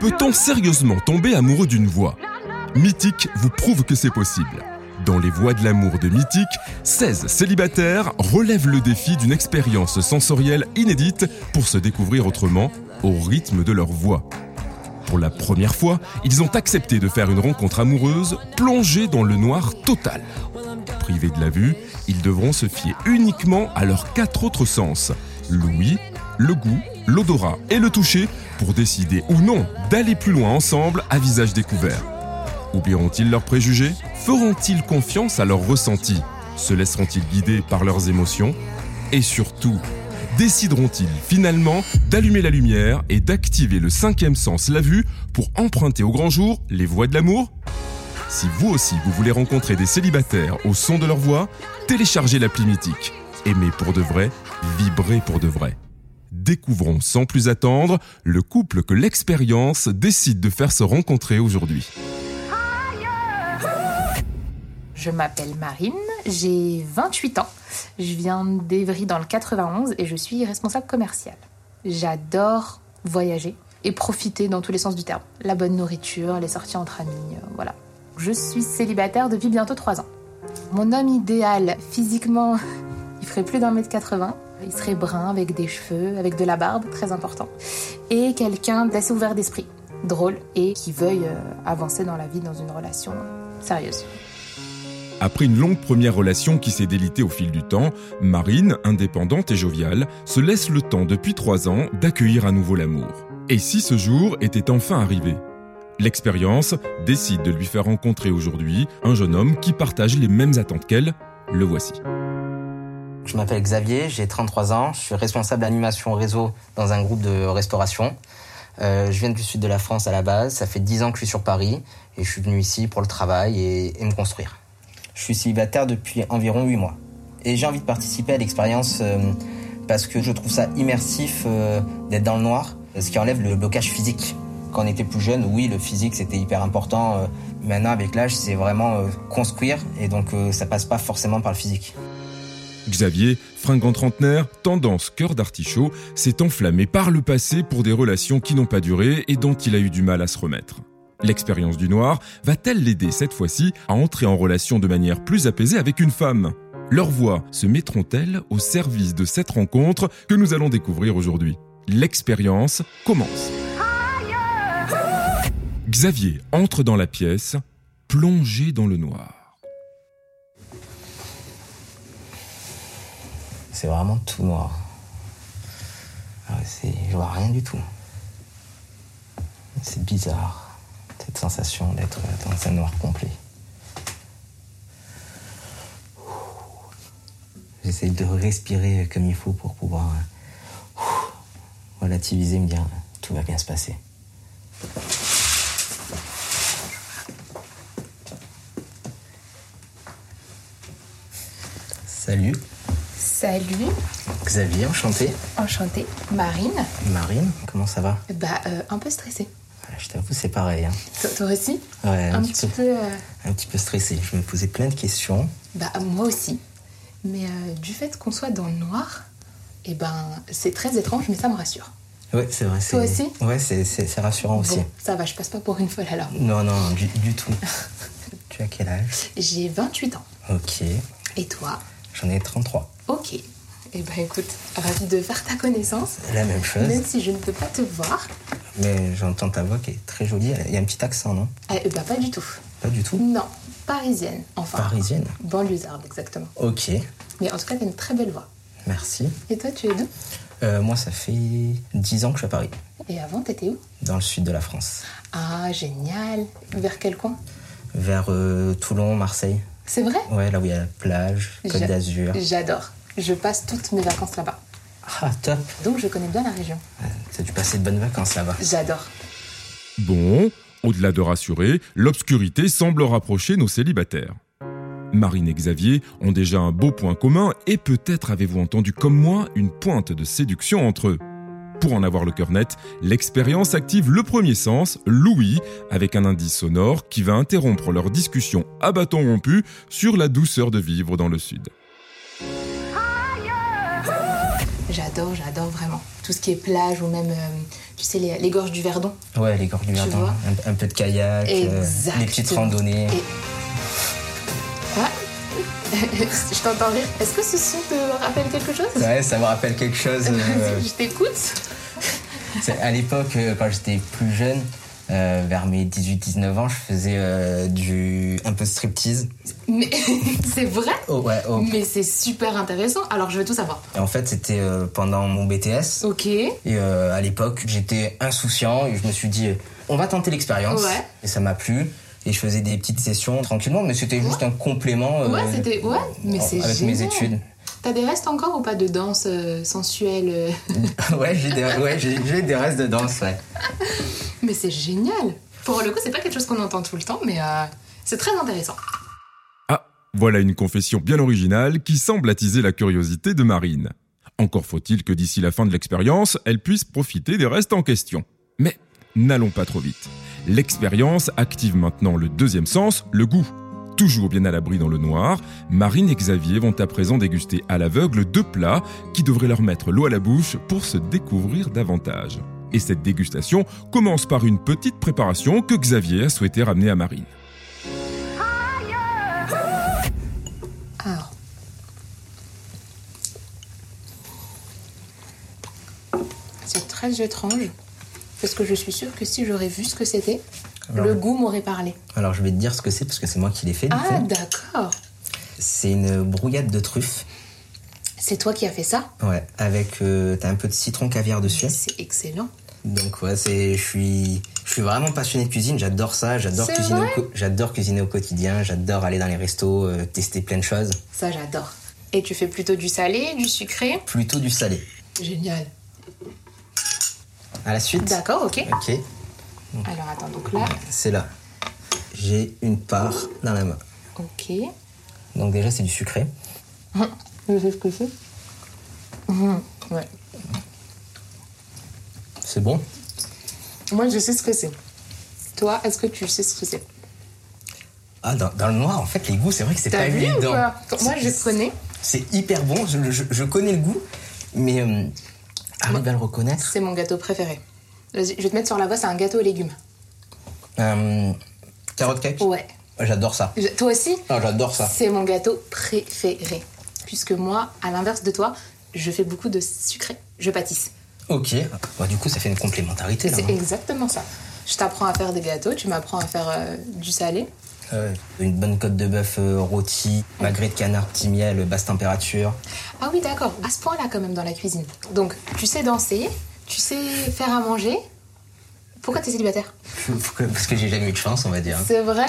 Peut-on sérieusement tomber amoureux d'une voix Mythique vous prouve que c'est possible. Dans Les Voix de l'amour de Mythique, 16 célibataires relèvent le défi d'une expérience sensorielle inédite pour se découvrir autrement au rythme de leur voix. Pour la première fois, ils ont accepté de faire une rencontre amoureuse plongée dans le noir total. Privés de la vue, ils devront se fier uniquement à leurs quatre autres sens, l'ouïe, le goût, l'odorat et le toucher, pour décider ou non d'aller plus loin ensemble à visage découvert. Oublieront-ils leurs préjugés Feront-ils confiance à leurs ressentis Se laisseront-ils guider par leurs émotions Et surtout, décideront-ils finalement d'allumer la lumière et d'activer le cinquième sens, la vue, pour emprunter au grand jour les voies de l'amour Si vous aussi vous voulez rencontrer des célibataires au son de leur voix, téléchargez l'appli mythique. Aimez pour de vrai, vibrez pour de vrai. Découvrons sans plus attendre le couple que l'expérience décide de faire se rencontrer aujourd'hui. Je m'appelle Marine, j'ai 28 ans, je viens d'Evry dans le 91 et je suis responsable commerciale. J'adore voyager et profiter dans tous les sens du terme. La bonne nourriture, les sorties entre amis, euh, voilà. Je suis célibataire depuis bientôt 3 ans. Mon homme idéal, physiquement, il ferait plus d'un mètre 80. Il serait brun avec des cheveux, avec de la barbe, très important. Et quelqu'un d'assez ouvert d'esprit, drôle et qui veuille euh, avancer dans la vie dans une relation sérieuse. Après une longue première relation qui s'est délitée au fil du temps, Marine, indépendante et joviale, se laisse le temps depuis trois ans d'accueillir à nouveau l'amour. Et si ce jour était enfin arrivé L'expérience décide de lui faire rencontrer aujourd'hui un jeune homme qui partage les mêmes attentes qu'elle. Le voici. Je m'appelle Xavier, j'ai 33 ans, je suis responsable d'animation réseau dans un groupe de restauration. Euh, je viens du sud de la France à la base, ça fait 10 ans que je suis sur Paris et je suis venu ici pour le travail et- et me construire. Je suis célibataire depuis environ 8 mois. Et j'ai envie de participer à l'expérience euh, parce que je trouve ça immersif euh, d'être dans le noir, ce qui enlève le blocage physique. Quand on était plus jeune, oui, le physique c'était hyper important. euh, maintenant, avec l'âge, c'est vraiment euh, construire et donc euh, ça passe pas forcément par le physique. Xavier, fringant trentenaire, tendance cœur d'artichaut, s'est enflammé par le passé pour des relations qui n'ont pas duré et dont il a eu du mal à se remettre. L'expérience du noir va-t-elle l'aider cette fois-ci à entrer en relation de manière plus apaisée avec une femme Leurs voix se mettront-elles au service de cette rencontre que nous allons découvrir aujourd'hui L'expérience commence. Xavier entre dans la pièce, plongé dans le noir. C'est vraiment tout noir. Ah ouais, c'est- je vois rien du tout. C'est bizarre, cette sensation d'être dans un noir complet. J'essaie de respirer comme il faut pour pouvoir euh, relativiser, me dire tout va bien se passer. Salut, Salut, Xavier, enchanté. enchantée, Marine. Marine, comment ça va Bah, euh, un peu stressée. Ouais, Je t'avoue, c'est pareil. hein. Toi- Toi aussi Ouais, Un petit peu. euh, un petit peu stressé. Je me posais plein de questions. bah, moi aussi. Mais euh, du fait qu'on soit dans le noir, eh ben, c'est très étrange, mais ça me rassure. Ouais, c'est vrai. c'est- Toi aussi Ouais, c'est- c'est c'est rassurant aussi. Bon, ça va, je passe pas pour une folle alors. Non, non, du, du tout. tu as quel âge J'ai 28 ans. Ok, Et toi j'en ai 33. Ok. Eh ben, écoute, ravie de faire ta connaissance, La même chose, même si je ne peux pas te voir. mais j'entends ta voix qui est très jolie. Il y a un petit accent, non Eh ben, pas du tout. Pas du tout. Non, parisienne, enfin. Parisienne. Banlieusarde, exactement. Ok, Mais en tout cas, t'as une très belle voix. merci. Et toi, tu es d'où Euh, moi, ça fait 10 ans que je suis à Paris, Et avant, t'étais où dans le sud de la France, Ah, génial Vers quel coin vers euh, Toulon, Marseille. C'est vrai Ouais, là où il y a la plage, Côte J'a- d'Azur. J'adore. Je passe toutes mes vacances là-bas. Ah, top Donc je connais bien la région. Euh, T'as dû passer de bonnes vacances là-bas. J'adore. Bon, au-delà de rassurer, l'obscurité semble rapprocher nos célibataires. Marine et Xavier ont déjà un beau point commun et peut-être avez-vous entendu comme moi une pointe de séduction entre eux. Pour en avoir le cœur net, l'expérience active le premier sens, l'ouïe, avec un indice sonore qui va interrompre leur discussion à bâton rompu sur la douceur de vivre dans le sud. J'adore, j'adore vraiment. Tout ce qui est plage ou même, euh, tu sais, les, les gorges du Verdon. Ouais, les gorges du Tu Verdon, vois un, un peu de kayak, euh, les petites Exactement. randonnées. Et- Ouais. je t'entends rire. Est-ce que ce son te rappelle quelque chose Ouais, ça me rappelle quelque chose. euh, Vas-y, Je t'écoute. C'est- À l'époque, euh, quand j'étais plus jeune, euh, vers mes 18-19 ans, je faisais euh, du un peu de striptease. Mais c'est vrai Oh, ouais, oh. Mais c'est super intéressant, alors je veux tout savoir. Et en fait, c'était euh, pendant mon BTS. Ok. Et euh, à l'époque, j'étais insouciant et je me suis dit, euh, on va tenter l'expérience. Ouais. Et ça m'a plu. Et je faisais des petites sessions tranquillement, mais c'était juste un complément. euh, Ouais, c'était- ouais, mais en- c'est Avec mes génial. études. T'as des restes encore ou pas de danse euh, sensuelle euh ouais, j'ai des, ouais, j'ai- j'ai des restes de danse, ouais. Mais c'est génial Pour le coup, c'est pas quelque chose qu'on entend tout le temps, mais euh, c'est très intéressant. Ah, voilà une confession bien originale qui semble attiser la curiosité de Marine. Encore faut-il que d'ici la fin de l'expérience, elle puisse profiter des restes en question. Mais n'allons pas trop vite. L'expérience active maintenant le deuxième sens, le goût. Toujours bien à l'abri dans le noir, Marine et Xavier vont à présent déguster à l'aveugle deux plats qui devraient leur mettre l'eau à la bouche pour se découvrir davantage. Et cette dégustation commence par une petite préparation que Xavier a souhaité ramener à Marine. Ah. C'est très étrange, parce que je suis sûre que si j'aurais vu ce que c'était, Alors- le goût m'aurait parlé. Alors, je vais te dire ce que c'est parce que c'est moi qui l'ai fait. du Ah, coup. d'accord C'est une brouillade de truffes. C'est toi qui as fait ça Ouais, avec. euh, T'as un peu de citron caviar dessus. C'est excellent. Donc ouais, c'est je suis je suis vraiment passionné de cuisine, j'adore ça, j'adore C'est cuisiner, au vrai co- j'adore cuisiner au quotidien, j'adore aller dans les restos, euh, tester plein de choses, Ça, j'adore. Et tu fais plutôt du salé, du sucré plutôt du salé. Génial. À la suite. D'accord, ok. OK, Alors attends, donc là, c'est là. J'ai une part dans la main. ok. Donc déjà c'est du sucré. Je sais ce que c'est. Mhm. ouais. C'est bon Moi, je sais ce que c'est. Toi, est-ce que tu sais ce que c'est Ah dans, dans le noir en fait les goûts, c'est vrai que c'est T'as pas vu ou évident. quoi Moi, C'est- je connais. C'est hyper bon, je, je- je connais le goût mais euh, arrive à le reconnaître. C'est mon gâteau préféré. Vas-y, je vais te mettre sur la voie, c'est un gâteau aux légumes. Euh, carotte cake Ah, Ouais. J'adore ça. Je- toi aussi Ah, j'adore ça. C'est mon gâteau préféré. Puisque moi, à l'inverse de toi, je fais beaucoup de sucré. Je pâtisse. Ok. Bah, du coup, ça fait une complémentarité là. C'est hein. exactement ça. Je t'apprends à faire des gâteaux, tu m'apprends à faire euh, du salé. Ouais. Euh, Une bonne côte de bœuf euh, rôti, magret de canard, petit miel, basse température. Ah oui, d'accord, à ce point-là quand même dans la cuisine. Donc, tu sais danser, tu sais faire à manger. Pourquoi t'es célibataire Faut que- Parce que j'ai jamais eu de chance, on va dire. hein. C'est vrai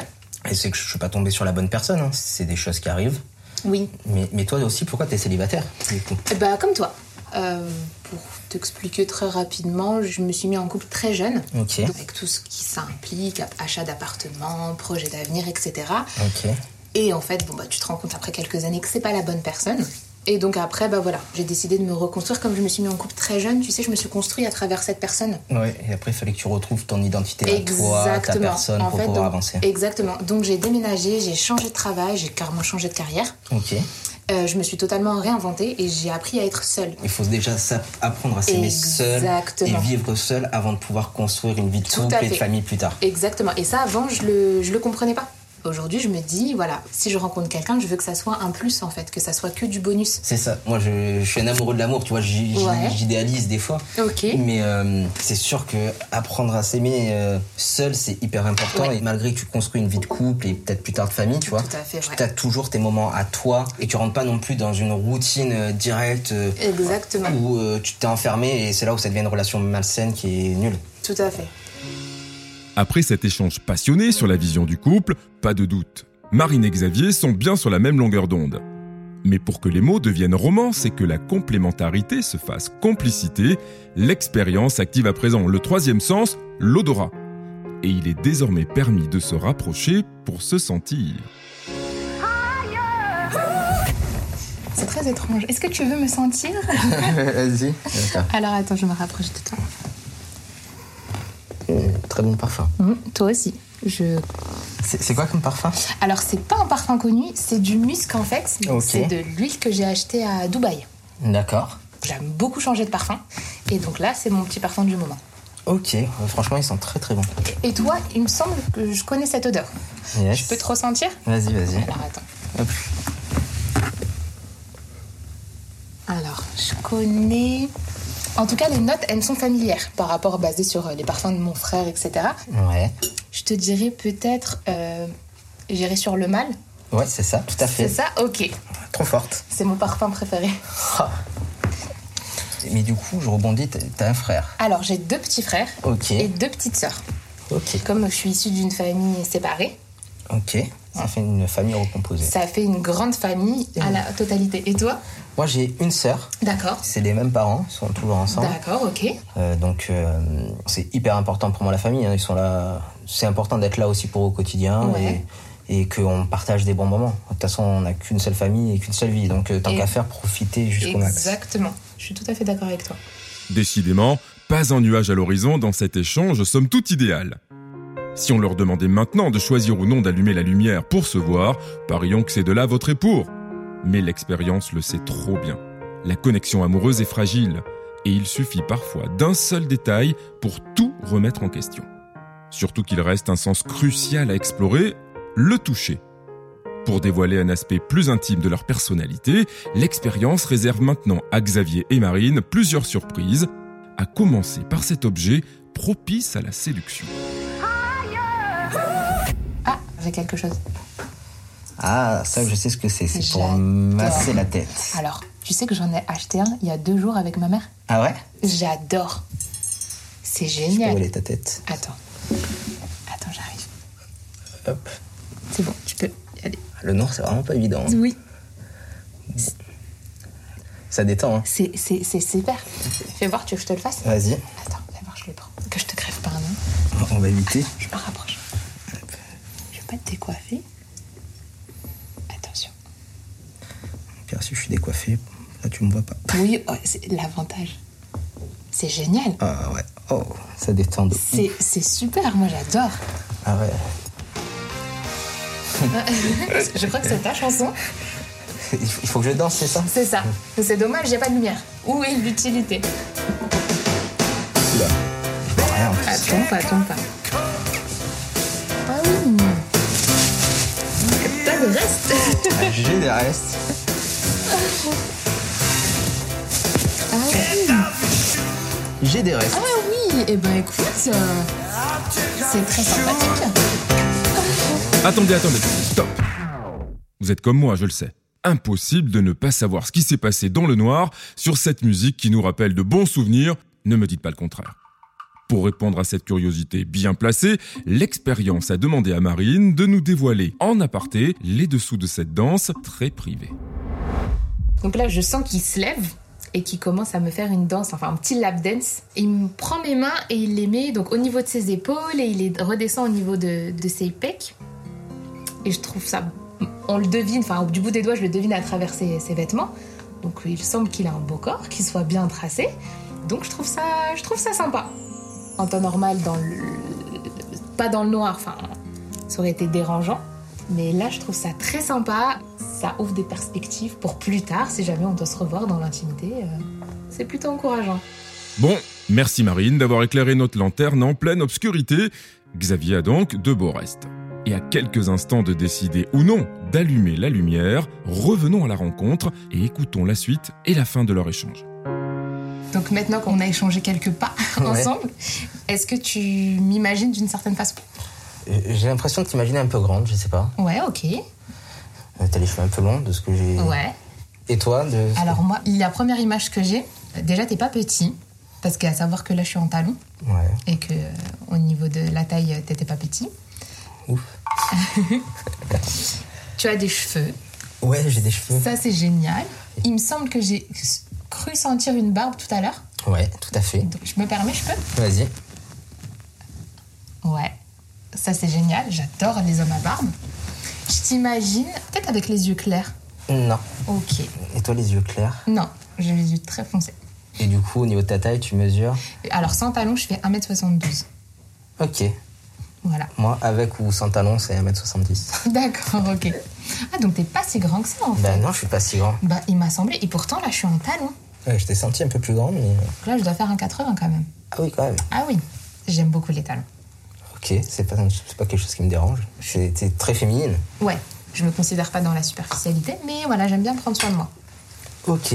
Et c'est que je suis pas tombé sur la bonne personne. hein. C'est des choses qui arrivent. Oui. Mais, mais toi aussi, pourquoi t'es célibataire du coup Eh Bah, comme toi. Euh, pour t'expliquer très rapidement, je me suis mis en couple très jeune. Ok. Donc, Avec tout ce qui s'implique, achat d'appartement, projet d'avenir, etc. Ok. Et en fait, bon, bah, tu te rends compte après quelques années que c'est pas la bonne personne. Et donc après, bah voilà, j'ai décidé de me reconstruire. Comme je me suis mis en couple très jeune, tu sais, je me suis construit à travers cette personne. Ouais, et après, il fallait que tu retrouves ton identité à toi, ta Exactement. personne, En pour fait, pouvoir donc- avancer. Exactement. Donc j'ai déménagé, j'ai changé de travail, j'ai carrément changé de carrière. Ok. Euh, je me suis totalement réinventée et j'ai appris à être seule. Il faut déjà s'app- apprendre à s'aimer seul et Exactement. vivre seul avant de pouvoir construire une vie de Tout couple à et de fait. famille plus tard. Exactement. Et ça, avant, je le, je le comprenais pas. Aujourd'hui, je me dis, voilà, si je rencontre quelqu'un, je veux que ça soit un plus en fait, que ça soit que du bonus. C'est ça. Moi, je, je suis un amoureux de l'amour, tu vois, j'y- j'y- Ouais. j'idéalise des fois. Ok. Mais euh, c'est sûr que apprendre à s'aimer euh, seul, c'est hyper important. Ouais. Et malgré que tu construis une vie de couple et peut-être plus tard de famille, tu vois, Tout à fait, tu ouais. as toujours tes moments à toi et tu rentres pas non plus dans une routine euh, directe euh, Exactement. où euh, tu t'es enfermé et c'est là où ça devient une relation malsaine qui est nulle. Tout à fait. Après cet échange passionné sur la vision du couple, pas de doute, Marine et Xavier sont bien sur la même longueur d'onde. Mais pour que les mots deviennent romance et que la complémentarité se fasse complicité, l'expérience active à présent le troisième sens, l'odorat. Et il est désormais permis de se rapprocher pour se sentir. C'est très étrange. Est-ce que tu veux me sentir Vas-y. Alors attends, je me rapproche de toi. Très bon parfum. Mmh, toi aussi. Je C'est c'est quoi comme parfum Alors, c'est pas un parfum connu, c'est du musc en fait. Donc, Ok. C'est de l'huile que j'ai achetée à Dubaï. D'accord. J'aime beaucoup changer de parfum. Et donc là, c'est mon petit parfum du moment. Ok, euh, franchement, ils sont très très bons. Et toi, il me semble que je connais cette odeur. Yes. Je peux te ressentir Vas-y, vas-y. Alors attends. Hop. Alors, je connais. En tout cas, les notes, elles me sont familières par rapport basées sur euh, les parfums de mon frère, etc. Ouais. Je te dirais peut-être. euh, J'irai sur le mal. Ouais, c'est ça, tout à C'est fait. ça Ok. Trop forte. C'est mon parfum préféré. Mais du coup, je rebondis, t'as- t'as un frère. Alors, j'ai deux petits frères Ok. et deux petites sœurs. Ok. Comme je suis issue d'une famille séparée, Ok. Ça fait une famille recomposée. ça fait une grande famille à la totalité. Et toi Moi, j'ai une sœur. D'accord. C'est les mêmes parents, ils sont toujours ensemble. D'accord, ok. Euh, donc, euh, c'est hyper important pour moi la famille. hein. Ils sont là. C'est important d'être là aussi pour eux au quotidien Ouais. et, et qu'on partage des bons moments. De toute façon, on n'a qu'une seule famille et qu'une seule vie. Donc, euh, tant Et- qu'à faire, profiter jusqu'au max. Exactement. Je suis tout à fait d'accord avec toi. Décidément, pas un nuage à l'horizon dans cet échange, somme toute idéal. Si on leur demandait maintenant de choisir ou non d'allumer la lumière pour se voir, parions que ces deux-là voteraient pour. Mais l'expérience le sait trop bien. La connexion amoureuse est fragile, et il suffit parfois d'un seul détail pour tout remettre en question. Surtout qu'il reste un sens crucial à explorer, le toucher. Pour dévoiler un aspect plus intime de leur personnalité, l'expérience réserve maintenant à Xavier et Marine plusieurs surprises, à commencer par cet objet propice à la séduction. Ah, j'ai quelque chose. Ah, ça, je sais ce que c'est. C'est pour J'adore. masser la tête. Alors, tu sais que j'en ai acheté un il y a deux jours avec ma mère Ah ouais J'adore. C'est Je peux génial. voler ta tête. Attends. Attends, j'arrive. Hop. C'est bon, tu peux y aller. Le noir, c'est vraiment pas évident. hein. Oui, Ça détend. hein. c'est c'est- c'est super. Fais voir, tu veux que je te le fasse Vas-y, Attends, fais voir, je le prends. Que je te crève pas un nom. on va éviter. Je me rapproche. Euh. Je vais pas te décoiffer. Attention. Pierre, si je suis décoiffé, là, tu me vois pas. Oui, oh, c'est l'avantage. C'est génial. Ah ouais. Oh, ça détend. de ouf. C'est c'est super, moi j'adore. Ah ouais. je crois que c'est ta chanson. Il faut il faut que je danse, c'est ça C'est ça. C'est dommage, il a pas de lumière. Où est l'utilité Oula. Ouais, en plus. Attends pas, attends pas. Ah oui. T'as le reste. Ah, J'ai des restes. Ah oui. J'ai des restes. Ah oui. Eh ben écoute, euh, c'est très sympathique. Attendez, attendez, stop Vous êtes comme moi, je le sais. Impossible de ne pas savoir ce qui s'est passé dans le noir sur cette musique qui nous rappelle de bons souvenirs, ne me dites pas le contraire. Pour répondre à cette curiosité bien placée, l'expérience a demandé à Marine de nous dévoiler en aparté les dessous de cette danse très privée. Donc là, je sens qu'il se lève et qu'il commence à me faire une danse, enfin un petit lap dance. Il me prend mes mains et il les met donc au niveau de ses épaules et il les redescend au niveau de, de ses pecs. Et je trouve ça, on le devine, enfin du bout des doigts, je le devine à travers ses, ses vêtements. Donc il semble qu'il a un beau corps, qu'il soit bien tracé. Donc je trouve ça, je trouve ça sympa. En temps normal, dans le, pas dans le noir, enfin ça aurait été dérangeant. Mais là, je trouve ça très sympa. Ça ouvre des perspectives pour plus tard, si jamais on doit se revoir dans l'intimité. euh, c'est plutôt encourageant. Bon, merci Marine d'avoir éclairé notre lanterne en pleine obscurité. Xavier a donc de beaux restes. Et à quelques instants de décider ou non d'allumer la lumière, revenons à la rencontre et écoutons la suite et la fin de leur échange. Donc maintenant qu'on a échangé quelques pas Ouais. ensemble, est-ce que tu m'imagines d'une certaine façon Euh, J'ai l'impression de t'imaginer un peu grande, je sais pas. Ouais, ok. Euh, T'as les cheveux un peu longs de ce que j'ai. Ouais. Et toi de... Alors moi, la première image que j'ai, euh, déjà t'es pas petit, parce qu'à savoir que là je suis en talon Ouais. et que euh, au niveau de la taille euh, t'étais pas petit. Ouf. Tu as des cheveux, Ouais, j'ai des cheveux. ça c'est génial. Il me semble que j'ai cru sentir une barbe tout à l'heure. Ouais, tout à fait. Donc, je me permets, je peux Vas-y. Ouais. Ça, c'est génial. J'adore les hommes à barbe. Je t'imagine, peut-être avec les yeux clairs. Non. Ok. Et toi, les yeux clairs. Non, j'ai les yeux très foncés. Et du coup, au niveau de ta taille, tu mesures. Alors, sans talons, je fais 1m72. Ok. Voilà. Moi, avec ou sans talons, c'est 1m70. D'accord, ok. Ah, donc t'es pas si grand que ça, en fait. ben non, je suis pas si grand. Bah, il m'a semblé. Et pourtant, là, je suis en talons. Ouais, je t'ai senti un peu plus grande, mais. Là, je dois faire un 80 quand même. Ah oui, quand même. Ah oui, j'aime beaucoup les talons. Ok, c'est pas, c'est pas quelque chose qui me dérange. C'est t'es très féminine. Ouais, je me considère pas dans la superficialité, mais voilà, j'aime bien prendre soin de moi. Ok.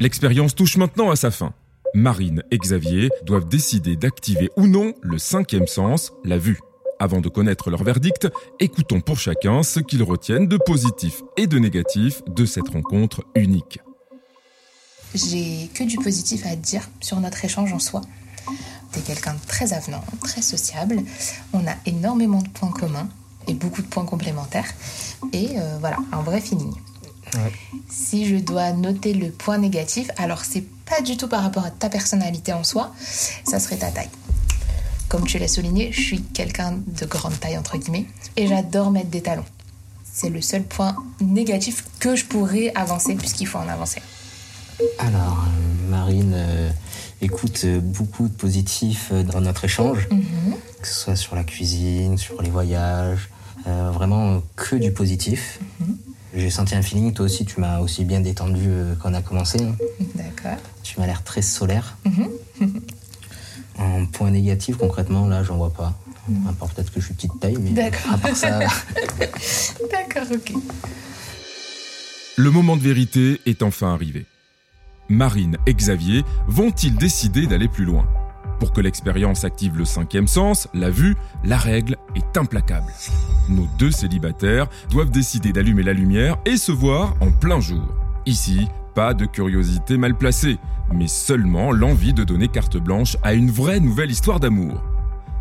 L'expérience touche maintenant à sa fin. Marine et Xavier doivent décider d'activer ou non le cinquième sens, la vue. Avant de connaître leur verdict, écoutons pour chacun ce qu'ils retiennent de positif et de négatif de cette rencontre unique. J'ai que du positif à dire sur notre échange en soi. T'es quelqu'un de très avenant, très sociable. On a énormément de points communs et beaucoup de points complémentaires. Et euh, voilà, un vrai feeling. Ouais. Si je dois noter le point négatif, alors c'est pas du tout par rapport à ta personnalité en soi, ça serait ta taille. Comme tu l'as souligné, je suis quelqu'un de grande taille entre guillemets et j'adore mettre des talons. C'est le seul point négatif que je pourrais avancer puisqu'il faut en avancer. Alors, euh, Marine euh, écoute euh, beaucoup de positifs euh, dans notre échange, que ce soit sur la cuisine, sur les voyages, euh, vraiment euh, que du positif. J'ai senti un feeling, toi aussi, tu m'as aussi bien détendu euh, quand on a commencé. hein. D'accord. Tu m'as l'air très solaire. en point négatif, concrètement, là, j'en vois pas. À part peut-être que je suis petite taille, mais D'accord. à part ça, D'accord, ok. Le moment de vérité est enfin arrivé. Marine et Xavier vont-ils décider d'aller plus loin Pour que l'expérience active le cinquième sens, la vue, la règle est implacable. Nos deux célibataires doivent décider d'allumer la lumière et se voir en plein jour. Ici, pas de curiosité mal placée, mais seulement l'envie de donner carte blanche à une vraie nouvelle histoire d'amour.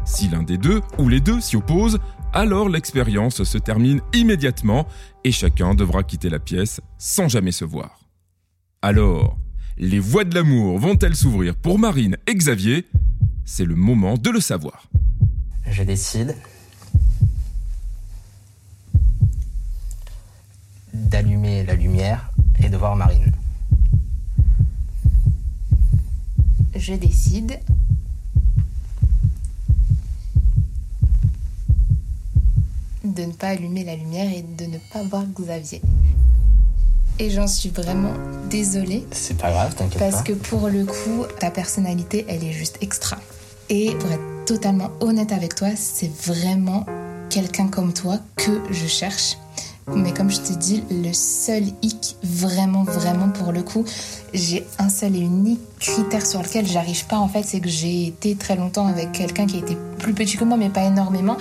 Si l'un des deux ou les deux s'y opposent, alors l'expérience se termine immédiatement et chacun devra quitter la pièce sans jamais se voir. Alors, les voies de l'amour vont-elles s'ouvrir pour Marine et Xavier C'est le moment de le savoir. je décide d'allumer la lumière et de voir Marine. Je décide de ne pas allumer la lumière et de ne pas voir Xavier. Et j'en suis vraiment désolée C'est pas grave, t'inquiète pas. parce que pour le coup, ta personnalité, elle est juste extra. Et pour être totalement honnête avec toi, c'est vraiment quelqu'un comme toi que je cherche. Mais comme je te dis, le seul hic, vraiment, vraiment pour le coup, j'ai un seul et unique critère sur lequel j'arrive pas en fait, c'est que j'ai été très longtemps avec quelqu'un qui était plus petit que moi, mais pas énormément,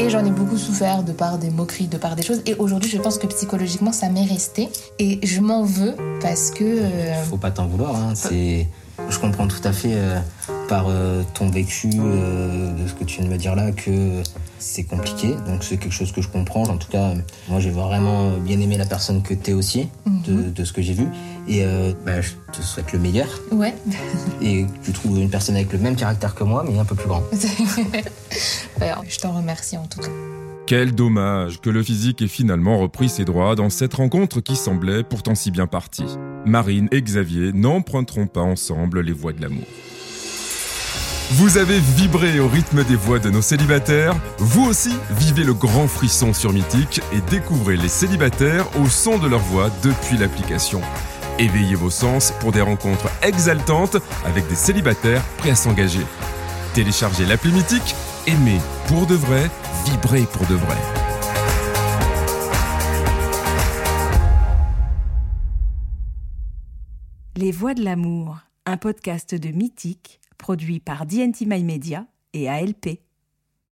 et j'en ai beaucoup souffert de par des moqueries, de par des choses, et aujourd'hui je pense que psychologiquement ça m'est resté, et je m'en veux parce que... euh, Faut pas t'en vouloir. hein, C'est, je comprends tout à fait euh, par euh, ton vécu euh, de ce que tu viens de me dire là que c'est compliqué. Donc c'est quelque chose que je comprends. En tout cas, euh, moi j'ai vraiment euh, bien aimé la personne que t'es aussi Mhm. de, de ce que j'ai vu. Et euh, bah, je te souhaite le meilleur Ouais, et que tu trouves une personne avec le même caractère que moi mais un peu plus grand. Alors, je t'en remercie en tout cas. Quel dommage que le physique ait finalement repris ses droits dans cette rencontre qui semblait pourtant si bien partie. Marine et Xavier n'emprunteront pas ensemble les voies de l'amour. Vous avez vibré au rythme des voix de nos célibataires, vous aussi vivez le grand frisson sur Mythique et découvrez les célibataires au son de leur voix depuis l'application. Éveillez vos sens pour des rencontres exaltantes avec des célibataires prêts à s'engager. Téléchargez l'appli Mythique, aimez pour de vrai, vibrez pour de vrai. Les Voix de l'amour, un podcast de Mythique, produit par DNT My Media et ALP.